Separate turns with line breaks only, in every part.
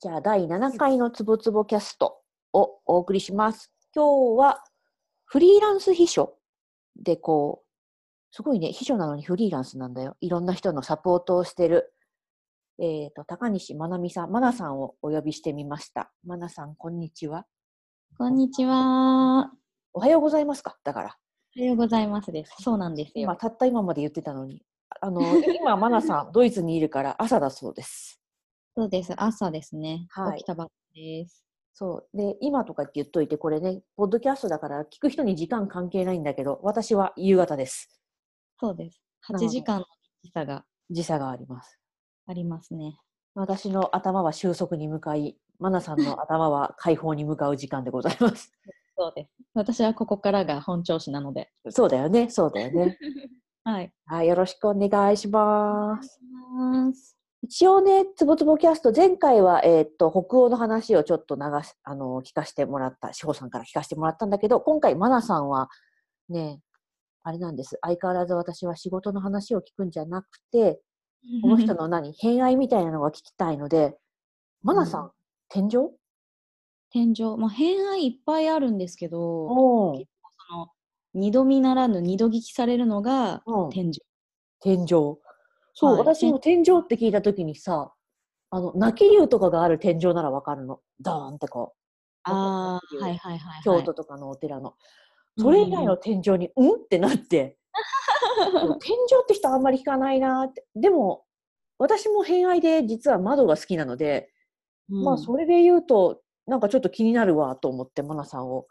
じゃあ、第7回のつぼつぼキャストをお送りします。今日は、フリーランス秘書で、こう、すごいね、秘書なのにフリーランスなんだよ。いろんな人のサポートをしてる、えっ、と、高西まなみさん、まなさんをお呼びしてみました。まなさん、こんにちは。
こんにちは。
おはようございますか。だから、
おはようございますです。そうなんです
今、
よ。
たった今まで言ってたのに。あの、今、まなさん、ドイツにいるから朝だそうです。
そうです。朝ですね。
はい
起きたばっかりです。
そう。で、今とかって言っといて、これね、ポッドキャストだから聞く人に時間関係ないんだけど、私は夕方です。
そうです。
なるほ
8
ど
時間の時差が
時差があります。
ありますね。
私の頭は収束に向かい、マナさんの頭は解放に向かう時間でございます。
そうです。私はここからが本調子なので。
そうだよね、そうだよね。
はい。
はい、よろしくお願いします。
ます
一応ね、つぼつぼキャスト、前回は、えーっと、北欧の話をちょっと流し、あの、聞かせてもらった、志保さんから聞かせてもらったんだけど、今回、マナさんは、ね、あれなんです。相変わらず私は仕事の話を聞くんじゃなくて、この人。の何、偏愛みたいなのが聞きたいので、マナさん、
う
天井
天井。まあ、偏愛いっぱいあるんですけど、
お
ーその、二度見ならぬ二度聞きされるのが
うん
天井。
天井。そう、
はい
私も天井って聞いたときにさ、あの、泣き竜とかがある天井ならわかるの。ドーンってこう。
ああ、
わか
は
る
いはいはい、はい。
京都とかのお寺の。それ以外の天井に、うんってなって。でも天井って人あんまり聞かないなって。でも、私も偏愛で実は窓が好きなので、
うん、
まあそれで言うと、なんかちょっと気になるわと思って、マナさんを。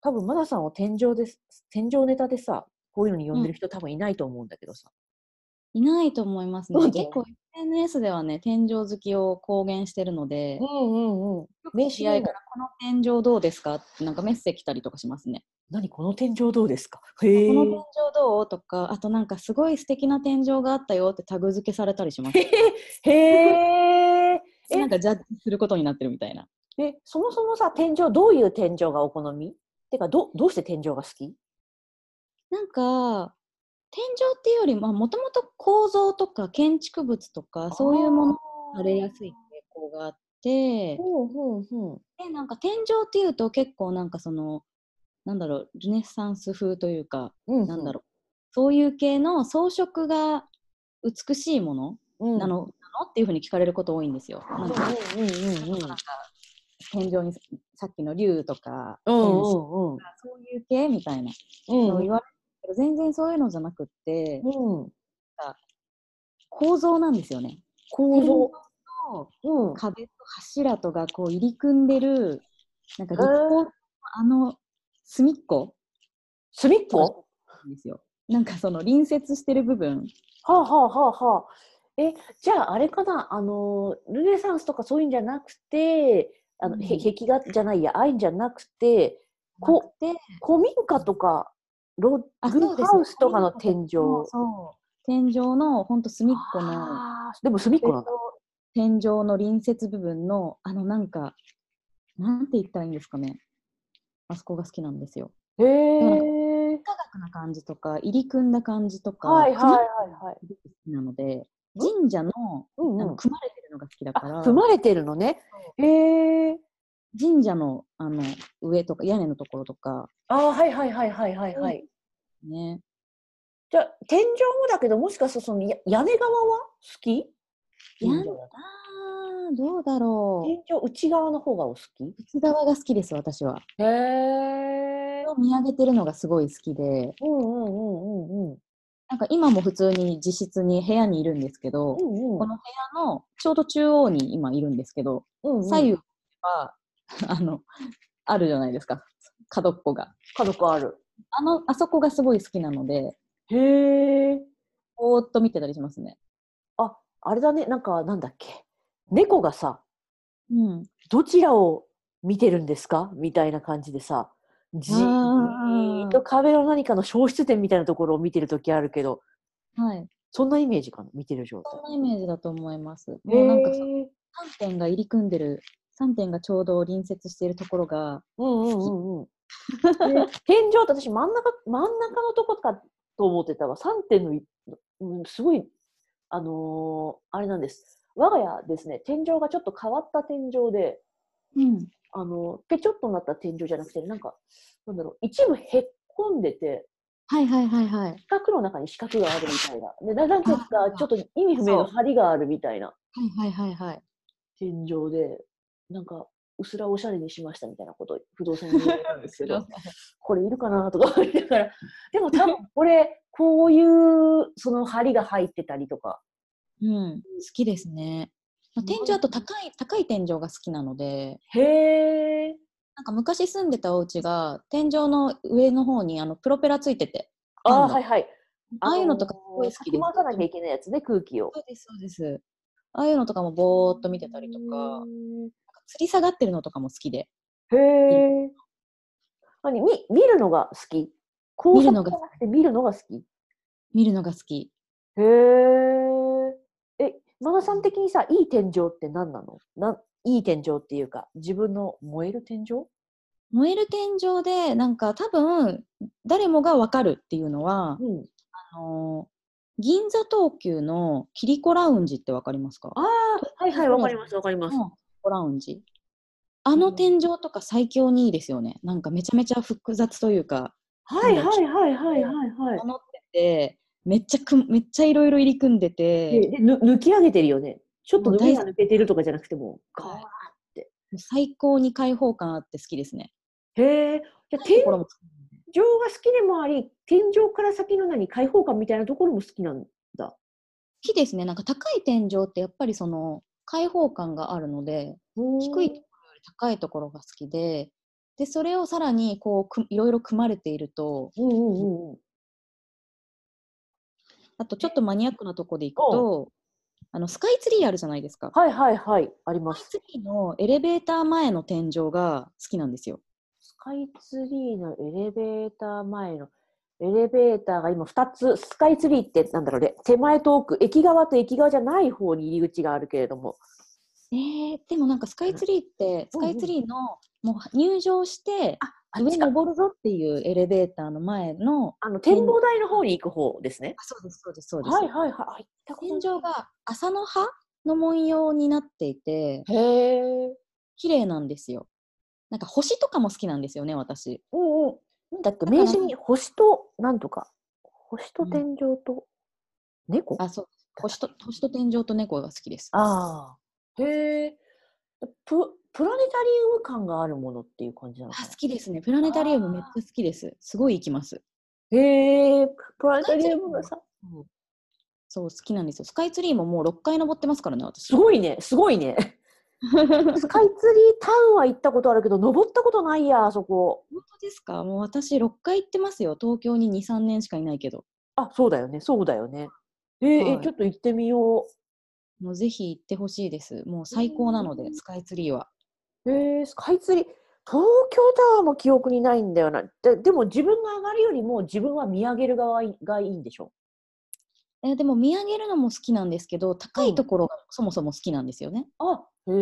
多分マナさんを天井です、天井ネタでさ、こういうのに呼んでる人多分いないと思うんだけどさ。
いないと思います
そう
ね。
だよ
結構 SNS ではね、天井好きを公言してるので、
うんうんうん。名刺
試合
に
か
も
らこの天井どうですかってなんかメッセージ来たりとかしますね。
何この天井どうですかへ
この天井
ー
どうとか、あとなんかすごい素敵な天井があったよってタグ付けされたりします。
へーえ
なんかジャッジすることになってるみたいな。
え、そもそもさ、天井、どういう天井がお好みてか、ど、どうして天井が好き
なんか、天井っていうよりも、もともと構造とか建築物とか、そういうものがされやすい傾向があって、
ほうほうほう。
でなんか天井っていうと結構なんかそのなんだろうルネッサンス風というか、
う
なんだろうそういう系の装飾が美しいもの
うん。
なの,、なのっていうふうに聞かれること多いんですよ。
う
なんん
うんう
か
んうんうん。
天井にさっきの竜とか
う
天使
ん
と
うんうん。
かそういう系みたいな
うん
のを言われるけど、全然そういうのじゃなくって
うん。
構造なんですよね。
構造。うん。
壁と柱とがこう入り組んでるなんか
へ
立
ー
方のあの隅っこ
隅っこ
こうなんですよ。なんかその隣接してる部分。
はあはあはあはあ。え、じゃああれかな、あの、ルネサンスとかそういうんじゃなくて、あの、
うん
へ壁画じゃないや、ああいうんじゃなくて、
な
こ
くて
古民家とか、ロ
あ
ッグ
そうです
ハウスとかの天井。
そうそう天井のほんと隅っこの
あーでも隅っこなんだ。
天井の隣接部分のあのなんかなんて言ったらいいんですかねあそこが好きなんですよ。
へえ。
科学な感じとか入り組んだ感じとか、
はいはいはいはい。
組まれてるのが好きなので神社
う
の
ん
あ
う
の
ん。
組まれてるのが好きだから、
あ、組まれてるのね。へえ。
神社のあの上とか屋根のところとか
あーはいはいはいはいはいはい。
ね
じゃあ、天井もだけど、もしかしたらそのや屋根側は好き
屋根
天井
あーどうだろう。
内側の方がお好き
内側が好きです私は
へえ。
見上げてるのがすごい好きで
うんうんうんうんうん。
なんか今も普通に自室に部屋にいるんですけど、
うん
この部屋のちょうど中央に今いるんですけど、
うんうん、
左右はあのあるじゃないですか角っこが
家族ある。
あのあそこがすごい好きなので
へえ。
ぼーっと見てたりしますね
あ、あれだね。なんか、なんだっけ。猫がさ、
うん
どちらを見てるんですかみたいな感じでさ、じーっと壁の何かの消失点みたいなところを見てるときあるけど、
はい
そんなイメージかな見てる状態
そん。なイメージだと思いますもうなんか
へー
そ3点が入り組んでる3点がちょうど隣接しているところが
うんうんうんうん。 で天井って私真ん中、真ん中のとこかと思ってたわ。3点のい、うん、すごい、あのーあれなんです。我が家ですね、天井がちょっと変わった天井で、
うん。
あの、ぺちょっとなった天井じゃなくて、なんか、なんだろう、一部へっこんでて、
はいはいはいはい。
四角の中に四角があるみたいな。で、ななんか
あー
ちょっと意味不明の
そう
針があるみたいな
はいはいはいはい。
天井で、なんか、うすらおしゃれにしましたみたいなことを不動産に言われたん ですけど、これいるかなとか思いながら、でも多分これ、こういう、その針が入ってたりとか、
うん。好きですね。まあ天井あと高い、高い天井が好きなので、
へー。
なんか昔住んでたお家が天井の上の方にあのプロペラついてて、
あ
な
あ、
んだ
はいはい。
ああいうのとかすごい好きです。
かき回さなきゃいけないやつね、空気を。
そうですそうです。ああいうのとかもぼーっと見てたりとか、なんか吊り下がってるのとかも好きで。
へえ。何見見るのが好き工
見る
作
の
じ
が
ゃなくて見るのが好き
見るのが好き。
へえ。え、マナさん的にさ、いい天井って何なのないい天井っていうか、自分の燃える天井
燃える天井で、なんか多分、誰もがわかるっていうのは、
うん。
あのー銀座東急のキリコラウンジってわかりますか
ああ、はいはい、わかります、わかります。
うんキリコラウンジ。あの天井とか最強にいいですよね。なんかめちゃめちゃ複雑というか、
はいはいはいはいはいは
守ってて、めっちゃくめっちゃいろいろ入り組んで
い。
て、
ででぬ抜き上げてるよね。ちょっと
もう
抜
大
が抜けてるとかじゃなくてもう、
はい
ガー
最高に開放感あって好きですね。
へえ。じゃあ
高い
天
ところも好き
天井が好きでもあり、天井から先の何、開放感みたいなところも好きなんだ。
好きですね。なんか高い天井ってやっぱりその開放感があるので、低いところより高いところが好きで、で、それをさらにこうくいろいろ組まれていると、
うんうんうんうん。
あとちょっとマニアックなとこで行くと、あのスカイツリーあるじゃないですか。
はいはいはい、あります。
スカイツリーのエレベーター前の天井が好きなんですよ。
スカイツリーのエレベーター前の、エレベーターが今2つ、スカイツリーってなんだろうね、手前と奥、駅側と駅側じゃない方に入り口があるけれども。
えー、でもなんかスカイツリーって、スカイツリーのもう入場して、
あ
上
上の
登るぞっていうエレベーターの前の、
あの展望台の方に行く方ですね。
あそうです、そうです、そうです。
はいはいはいあ。行ったこと
天
ない
井が朝の葉の文様になっていて
へえ。
綺麗なんですよなんか星とかも好きなんですよね私
うんうん。なんだっけ、名刺に星となんとか、星と天井と猫
あそう星と星と天井と猫が好きです
ああ。へえ。ププラネタリウム感があるものっていう感じなのか
あ好きですねプラネタリウムめっちゃ好きですすごい行きます
な。へえ。プラネタリウムがさ。
そう好きなんですよスカイツリーももう6回登ってますからね私
すごいね、すごい ね。スカイツリータウンは行ったことあるけど、登ったことないや、あそこ。
本当ですかもう私6回行ってますよ東京に23年しかいないけど
あ、そうだよね、そうだよね。えー
は
え、
い
ちょっと行ってみよ
もうぜひ行ってほしいですもう最高なの
う
で
ん
スカイツリーは
う。えー、スカイツリー、東京タワーも記憶にないんだよな。ででも自分が上がるよりも自分は見上げる側がいいんでしょ
えーでも見上げるのも好きなんですけど高
うん
いところがそもそも好きなんですよね。
あ、へえ。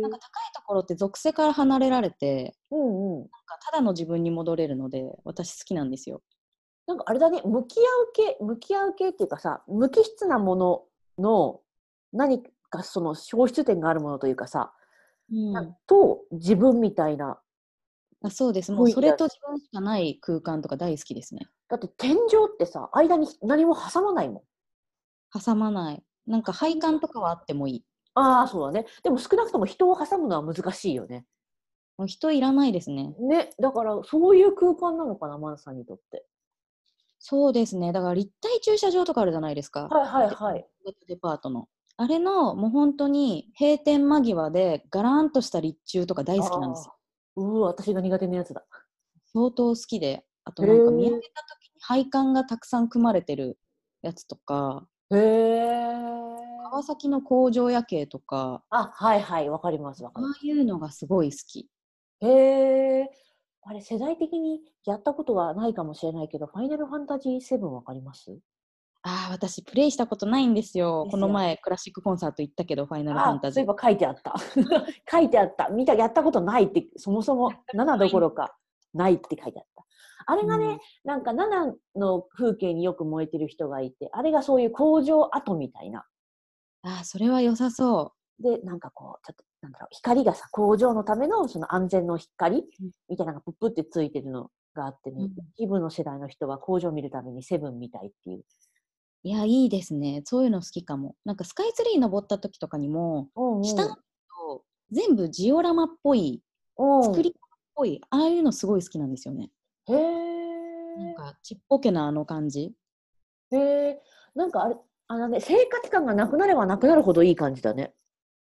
なんか高いところって属性から離れられて
うんうん。
なんかただの自分に戻れるので私好きなんですよ。
なんかあれだね、向き合う系、向き合う系っていうかさ、無機質なものの何かその消失点があるものというかさ、
うん
なん、と自分みたいな。
あそうですも
ご
う
い
それと自分しかない空間とか大好きですね。
だって天井ってさ、間に何も挟まないもん。
挟まない。なんか配管とかはあってもいい。
ああ、そうだね。でも少なくとも人を挟むのは難しいよね。
もう人いらないですね。
ね、だからそういう空間なのかな、マンさんにとって。
そうですね。だから立体駐車場とかあるじゃないですか。
はいはいはい。
デパートの。あれのもう本当に閉店間際でガラーンとした立柱とか大好きなんですよ
あー。うー、私が苦手なやつだ。
相当好きで、あと
へー
なんか見上げた時に配管がたくさん組まれてるやつとか、
へえ。
川崎の工場夜景とか、
あ、はいはい、わかりますわか
あ
ります。
あいうのがすごい好き。
へえ。あれ、世代的にやったことがないかもしれないけど、ファイナルファンタジー7わかります
ああ、私プレイしたことないんですよ。
ですよ
この前クラシックコンサート行ったけど、ファイナルファ
あ
ンタジ
そうい
ー
え。ば書いてあった。 書いてあった。見た、やったことないって、そもそも7どころか、ないって書いてあった。あれがね、
うん
なんか7の風景によく燃えてる人がいて、あれがそういう工場跡みたいな
あーそれは良さそ
で、なんかこう、ちょっと、なんだろう、光がさ、工場のためのその安全の光
うん
みたいなのがプップってついてるのがあってね、
うん
一部の世代の人は工場を見るためにセブンみたいっていう。
う。いや、いいですね。そういうの好きかも。なんかスカイツリー登った時とかにも、下の方全部ジオラマっぽい、作り物っぽい、ああいうのすごい好きなんですよね。
へえ。
なんかちっぽけなあの感じ。
へえ。なんかあれ、あのね、生活感がなくなればなくなるほどいい感じだね。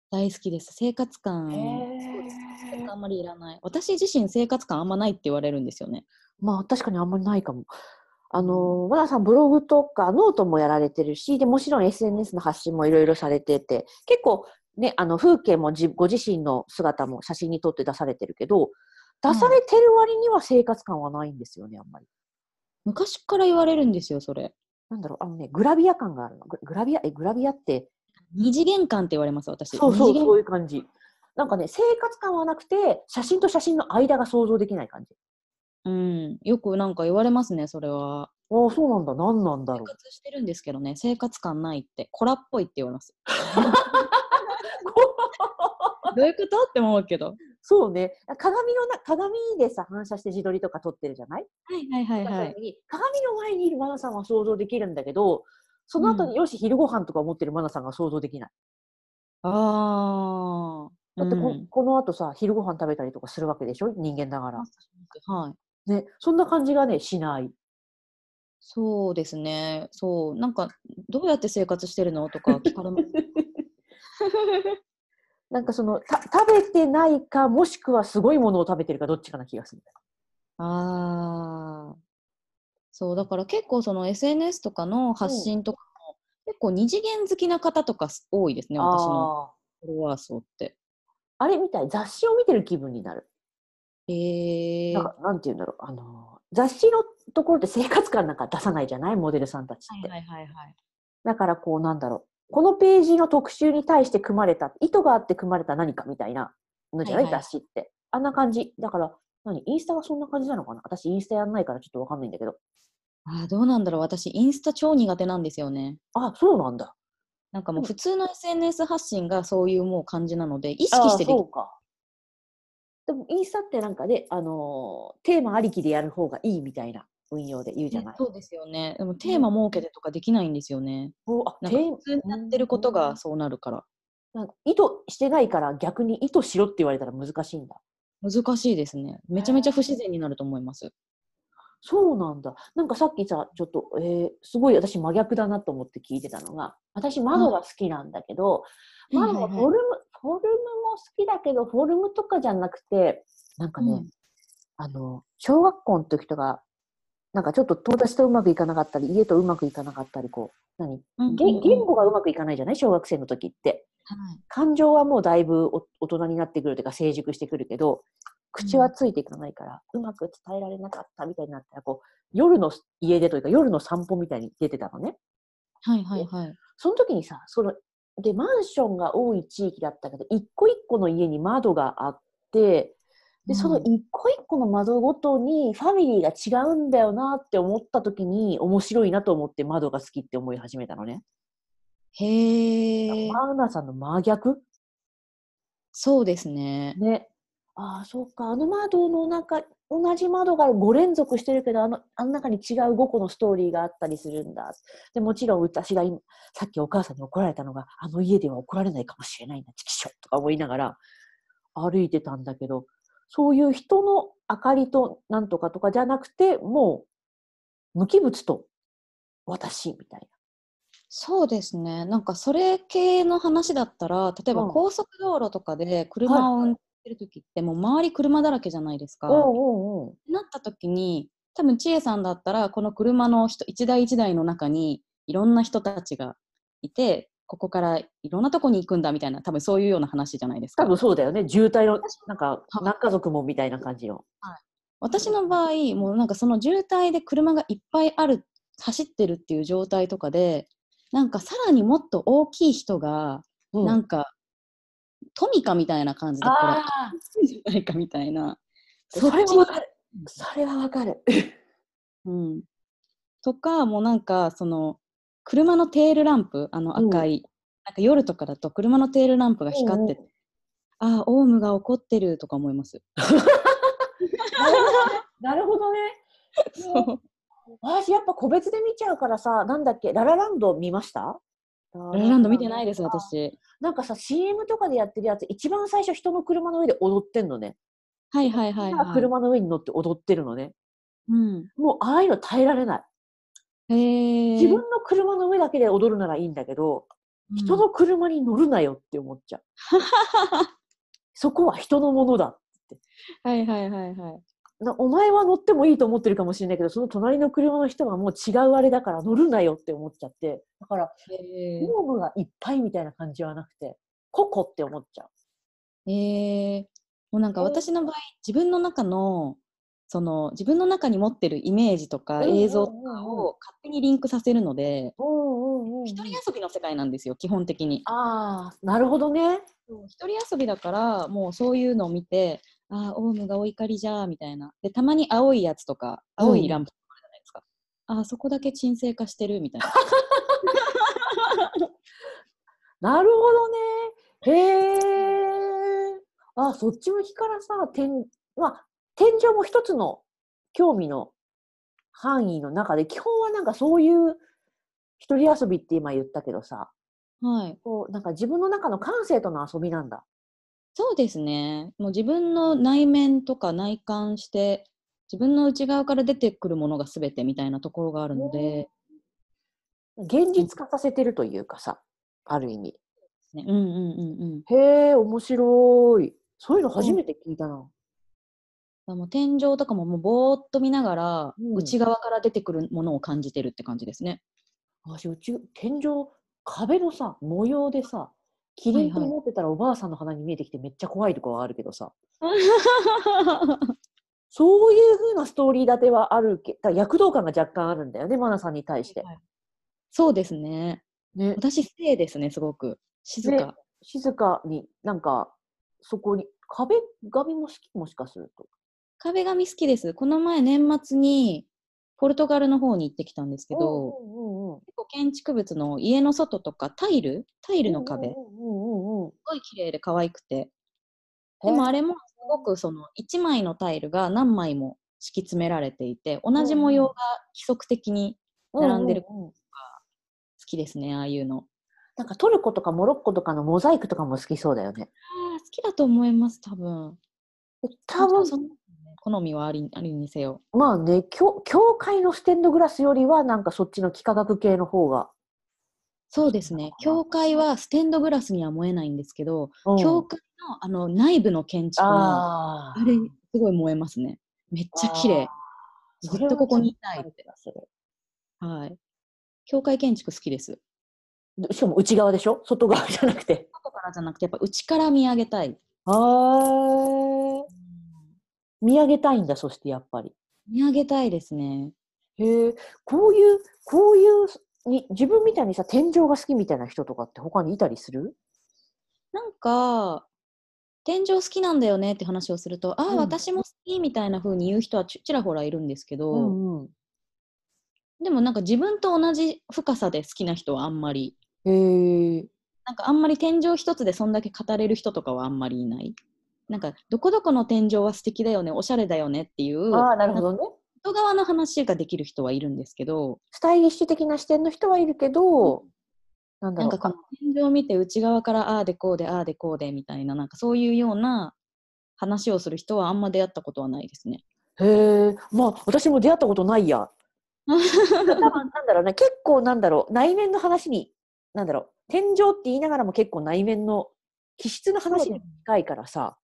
大好きです。生活感。そうです生活感あんまりいらない。私自身生活感あんまないって言われるんですよね。
まあ確かにあんまりないかも。あの、和田さんブログとかノートもやられてるし、で、もちろん SNS の発信もいろいろされてて、結構ね、あの風景もじご自身の姿も写真に撮って出されてるけど、出されてる割には生活感はないんですよね、あんまり。
昔から言われるんですよ、それ。
なんだろう、あのね、グラビア感があるの。ググラビア、え、グラビアって、
二次元感って言われます、私。
そうそう、
二次元
そういう感じ。なんかね、生活感はなくて、写真と写真の間が想像できない感じ。
うん。よくなんか言われますね、それは。
ああ、そうなんだ、何なんだ
生
ろう。
活してるんですけどね、生活感ないって、コラっぽいって言われます。どういうことって思うけど。
そうね。鏡のな、鏡でさ、反射して自撮りとか撮ってるじゃない、
はいはいはいは
だ
い
か。ら鏡の前にいるマナさんは想像できるんだけど、その後に、
うん
よし、昼ご飯とか思ってるマナさんが想像できない。
ああ。
だってこ、
うん
この後さ、昼ご飯食べたりとかするわけでしょ人間だから。
はい。
ね、そんな感じがね、しない。
そうですね。そう。なんか、どうやって生活してるのとか聞かれます。
なんかその、た食べてないか、もしくはすごいものを食べてるか、どっちかな気がする。
ああ。そう、だから結構その SNS とかの発信とかも、結構二次元好きな方とかす多いですね、私の
あ
フォロワー層って。
あ。あれみたい、雑誌を見てる気分になる。
ええ
なんか、なんて言うんだろう。あの、雑誌のところって生活感なんか出さないじゃないモデルさんたちって。
はいはいはいはい。
だからこうなんだろう。このページの特集に対して組まれた、意図があって組まれた何かみたいなのじゃない、
はいはい
雑誌って。あんな感じ。だから、何インスタがそんな感じなのかな私インスタやんないからちょっとわかんないんだけど。
ああ、どうなんだろう。私、インスタ超苦手なんですよね。
あ、そうなんだ。
なんかも
う
う
ん
普通の SNS 発信がそういうもう感じなので、意
あ
識してで
そ
き
うか。でもインスタってなんかね、あのーテーマありきでやる方がいいみたいな運用で言うじゃない、
そうですよね。でもテーマ設けてとかできないんですよね。
おあ
なん
テ
か
ーマ
普通にやってることがそうなるから。
なんか意図してないから逆に意図しろって言われたら難しいんだ。
難しいですね。めちゃめちゃ不自然になると思います。
そうなんだ。なんかさっきさ、ちょっと、えーすごい私真逆だなと思って聞いてたのが、私窓が好きなんだけど、
はい
窓は
はいはい
フォルム、フォルムも好きだけど、フォルムとかじゃなくて、なんかね、
うん
あの、小学校の時とか、なんかちょっと友達とうまくいかなかったり、家とうまくいかなかったり、こう、何
うんうんう
言
ん
言語がうまくいかないじゃない小学生の時って。
はい
感情はもうだいぶお大人になってくるというか成熟してくるけど口はついていかないから、うまく伝えられなかったみたいになったらこう夜の家出というか夜の散歩みたいに出てたのね
はいはいはい。
その時にさそのでマンションが多い地域だったけど一個一個の家に窓があって
う
で
ん
その一個一個の窓ごとにファミリーが違うんだよなって思った時に面白いなと思って窓が好きって思い始めたのね。
へえ。
マウナさんの真逆
そうですね。
ね。ああ、そうか。あの窓の中、同じ窓が5連続してるけど、あの、あの中に違う5個のストーリーがあったりするんだ。で、もちろん私が今、さっきお母さんに怒られたのが、あの家では怒られないかもしれないな、チキショとか思いながら歩いてたんだけど、そういう人の明かりとなんとかとかじゃなくて、もう、無機物と私みたい
そうですね。なんかそれ系の話だったら、例えば
うん
高速道路とかで車を運転してる時って、もう周り車だらけじゃないですか。
な。うんうんうん。
なった時に、多分千恵さんだったら、この車の人一台一台の中にいろんな人たちがいて、ここからいろんなとこに行くんだみたいな、多分そういうような話じゃないですか。
多分そうだよね。渋滞の、なんか、
はい
何家族もみたいな感じの。
私の場合もうなんかその渋滞で車がいっぱいある走ってるっていう状態とかでなんかさらにもっと大きい人が、
うん
なんかトミカみたいな感じでこれ
ああ。
熱いんじゃないかみたいな
それ
っ
は
ち
わかる。それはわかる。
うん、とかもうなんかその車のテールランプあの赤い、なんか夜とかだと車のテールランプが光ってて、ああ、オウムが怒ってるとか思います。
なるほどね。
そう。
私やっぱ個別で見ちゃうからさ、なんだっけ、ララランド見ました
ララランド見てないです、私。
なんかさ、CM とかでやってるやつ、一番最初人の車の上で踊ってんのね。
はいはいはい、
みんなが
はい。
車の上に乗って踊ってるのね。
うん。
もうああいうの耐えられない。
へえ。
自分の車の上だけで踊るならいいんだけど、
うん
人の車に乗るなよって思っ ちゃう。そこは人のものだ。
はいはいはいはい。
なお前は乗ってもいいと思ってるかもしれないけど、その隣の車の人がもう違うあれだから乗るなよって思っちゃって。だから、
へえ。
ホームがいっぱいみたいな感じはなくて、個々って思っちゃう。
えー、もうなんか
えー
私の場合、自分の中のその自分の中に持ってるイメージとか映像とかを勝手にリンクさせるので、
うんうんうん。
一人遊びの世界なんですよ基本的に。
ああ、なるほどね。
そう一人遊びだからもうそういうのを見てああオウムがお怒りじゃーみたいなでたまに青いやつとか
うん
青いランプとかあるじゃないですか、ああそこだけ沈静化してるみた いな
なるほどね。へえ。あ、そっち向きからさ、天、まあ、天井も一つの興味の範囲の中で、基本はなんかそういう一人遊びって今言ったけどさ、
はい
こう、なんか自分の中の感性との遊びなんだ。
そうですねもう自分の内面とか内観して自分の内側から出てくるものが全てみたいなところがあるので、
現実化させてるというかさ、ある意味。
ね。うんうんうんうん。
へえ、面白い。そういうの初めて聞いたな。
もう天井とかももうぼーっと見ながら、
うん
内側から出てくるものを感じてるって感じですね。
私、うち、天井、壁のさ、模様でさ、キリンと
はいはい
思ってたらおばあさんの鼻に見えてきてめっちゃ怖いとこはあるけどさ、そういう風なストーリー立てはあるけだから躍動感が若干あるんだよね、マナさんに対して。
そうですね。
ね、
私、静ですね、すごく。静
ね
か。
静かに、なんか、そこに、壁紙も好き、もしかすると。
壁紙好きです。この前、年末にポルトガルの方に行ってきたんですけど、
うんうんうんうん、
結構建築物の家の外とかタイルタイルの壁、
うん
す
うんうんうん。
ごい綺麗で可愛くて。
へ
でもあれもすごくその1枚のタイルが何枚も敷き詰められていて同じ模様が規則的に並んでる
ううう
好きですね、ああいうの。
なんかトルコとかモロッコとかのモザイクとかも好きそうだよね。
ああ、好きだと思います、多分。
多分
もちろんその好みはありありにせよ。
まあね、教教会のステンドグラスよりは、なんかそっちの幾何学系の方が。
そうですね、教会はステンドグラスには燃えないんですけど、
うん
教会のあの内部の建築は、
あ
あれ、すごい燃えますね。めっちゃ綺麗。
ー
ずっとここにいたい
それは
って。はい。教会建築好きです。
でしかも内側でしょ外側じゃなくて。
外からじゃなくて、やっぱ内から見上げたい。
あー見上げたいんだ、そしてやっぱり。
見上げたいですね。
へえ、こういう、こういうに、自分みたいにさ、天井が好きみたいな人とかって他にいたりする
なんか、天井好きなんだよねって話をすると、ああ、
うん
私も好きみたいな風に言う人はちちらほらいるんですけど、
うんうん。
でもなんか自分と同じ深さで好きな人はあんまり、
へえ。
なんかあんまり天井一つでそんだけ語れる人とかはあんまりいない。なんか、どこどこの天井は素敵だよね、おしゃれだよねっていう、
ああ、なるほどね。
外側の話ができる人はいるんですけど、
スタイリッシュ的な視点の人はいるけど、なんだ
なん
ろ
か
う
この天井を見て内側からああでこうでああでこうでみたいな、なんかそういうような話をする人はあんま出会ったことはないですね。
へえ、まあ私も出会ったことない や。多分なんだろうね、結構なんだろう、内面の話に、なんだろう、天井って言いながらも結構内面の気質の話に近いからさ、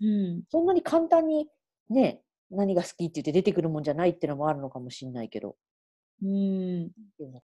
うん、
そんなに簡単にね、何が好きって言って出てくるもんじゃないっていうのもあるのかもしれないけど。
うん、
でも